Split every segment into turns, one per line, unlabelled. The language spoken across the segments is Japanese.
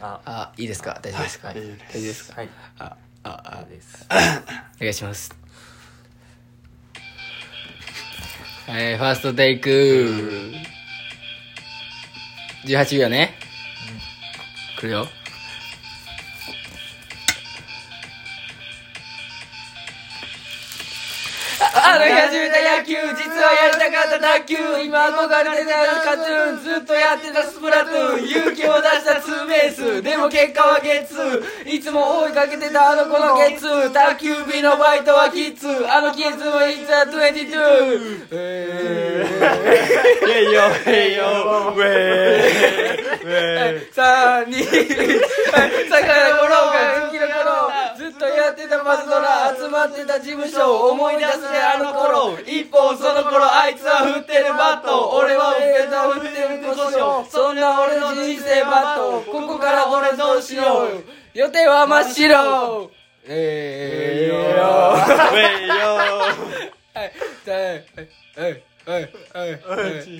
あいいですか大丈夫ですか、
はい
大丈夫ですか
はい
あああ
です
お願いしますはいファーストテイク18秒ね、来るよあの日始めた野球実はやりたかった卓球今憧れてたカトゥーンずっとやってたスプラトゥーン勇気を出したツーベースでも結果はゲッツーいつも追いかけてたあの子のゲッツー卓球日のバイトはキッズあのキッズも It's a 22え
えいよえいよウェーイウェー
ー
イ
3 2 1魚五郎が好きの頃ずっとやってたパズドラ集まってた事務所思い出すねあの頃一本その頃あいつは振ってるバット俺はベタ振ってるこそそんな俺の人生バットここから俺どうしよう予定は真っ白え
ウ
ーよー
ェイよ
はい、はい、はい、はい、はい、はい。1、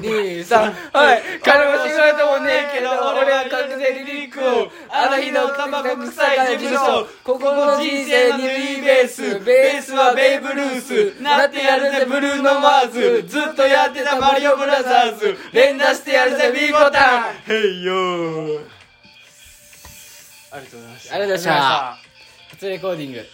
2、3、はい。彼も仕事もねえけど、俺は完全にリンクを。あの日の卵臭い事務所、ここの人生にリーベース。ベースはベイブルース。なってやるぜ、ブルーノマーズ。ずっとやってたマリオブラザーズ。連打してやるぜ、B ボタン。あ
ーへいよーありがとうございました
りがとうございました。初レコーディング。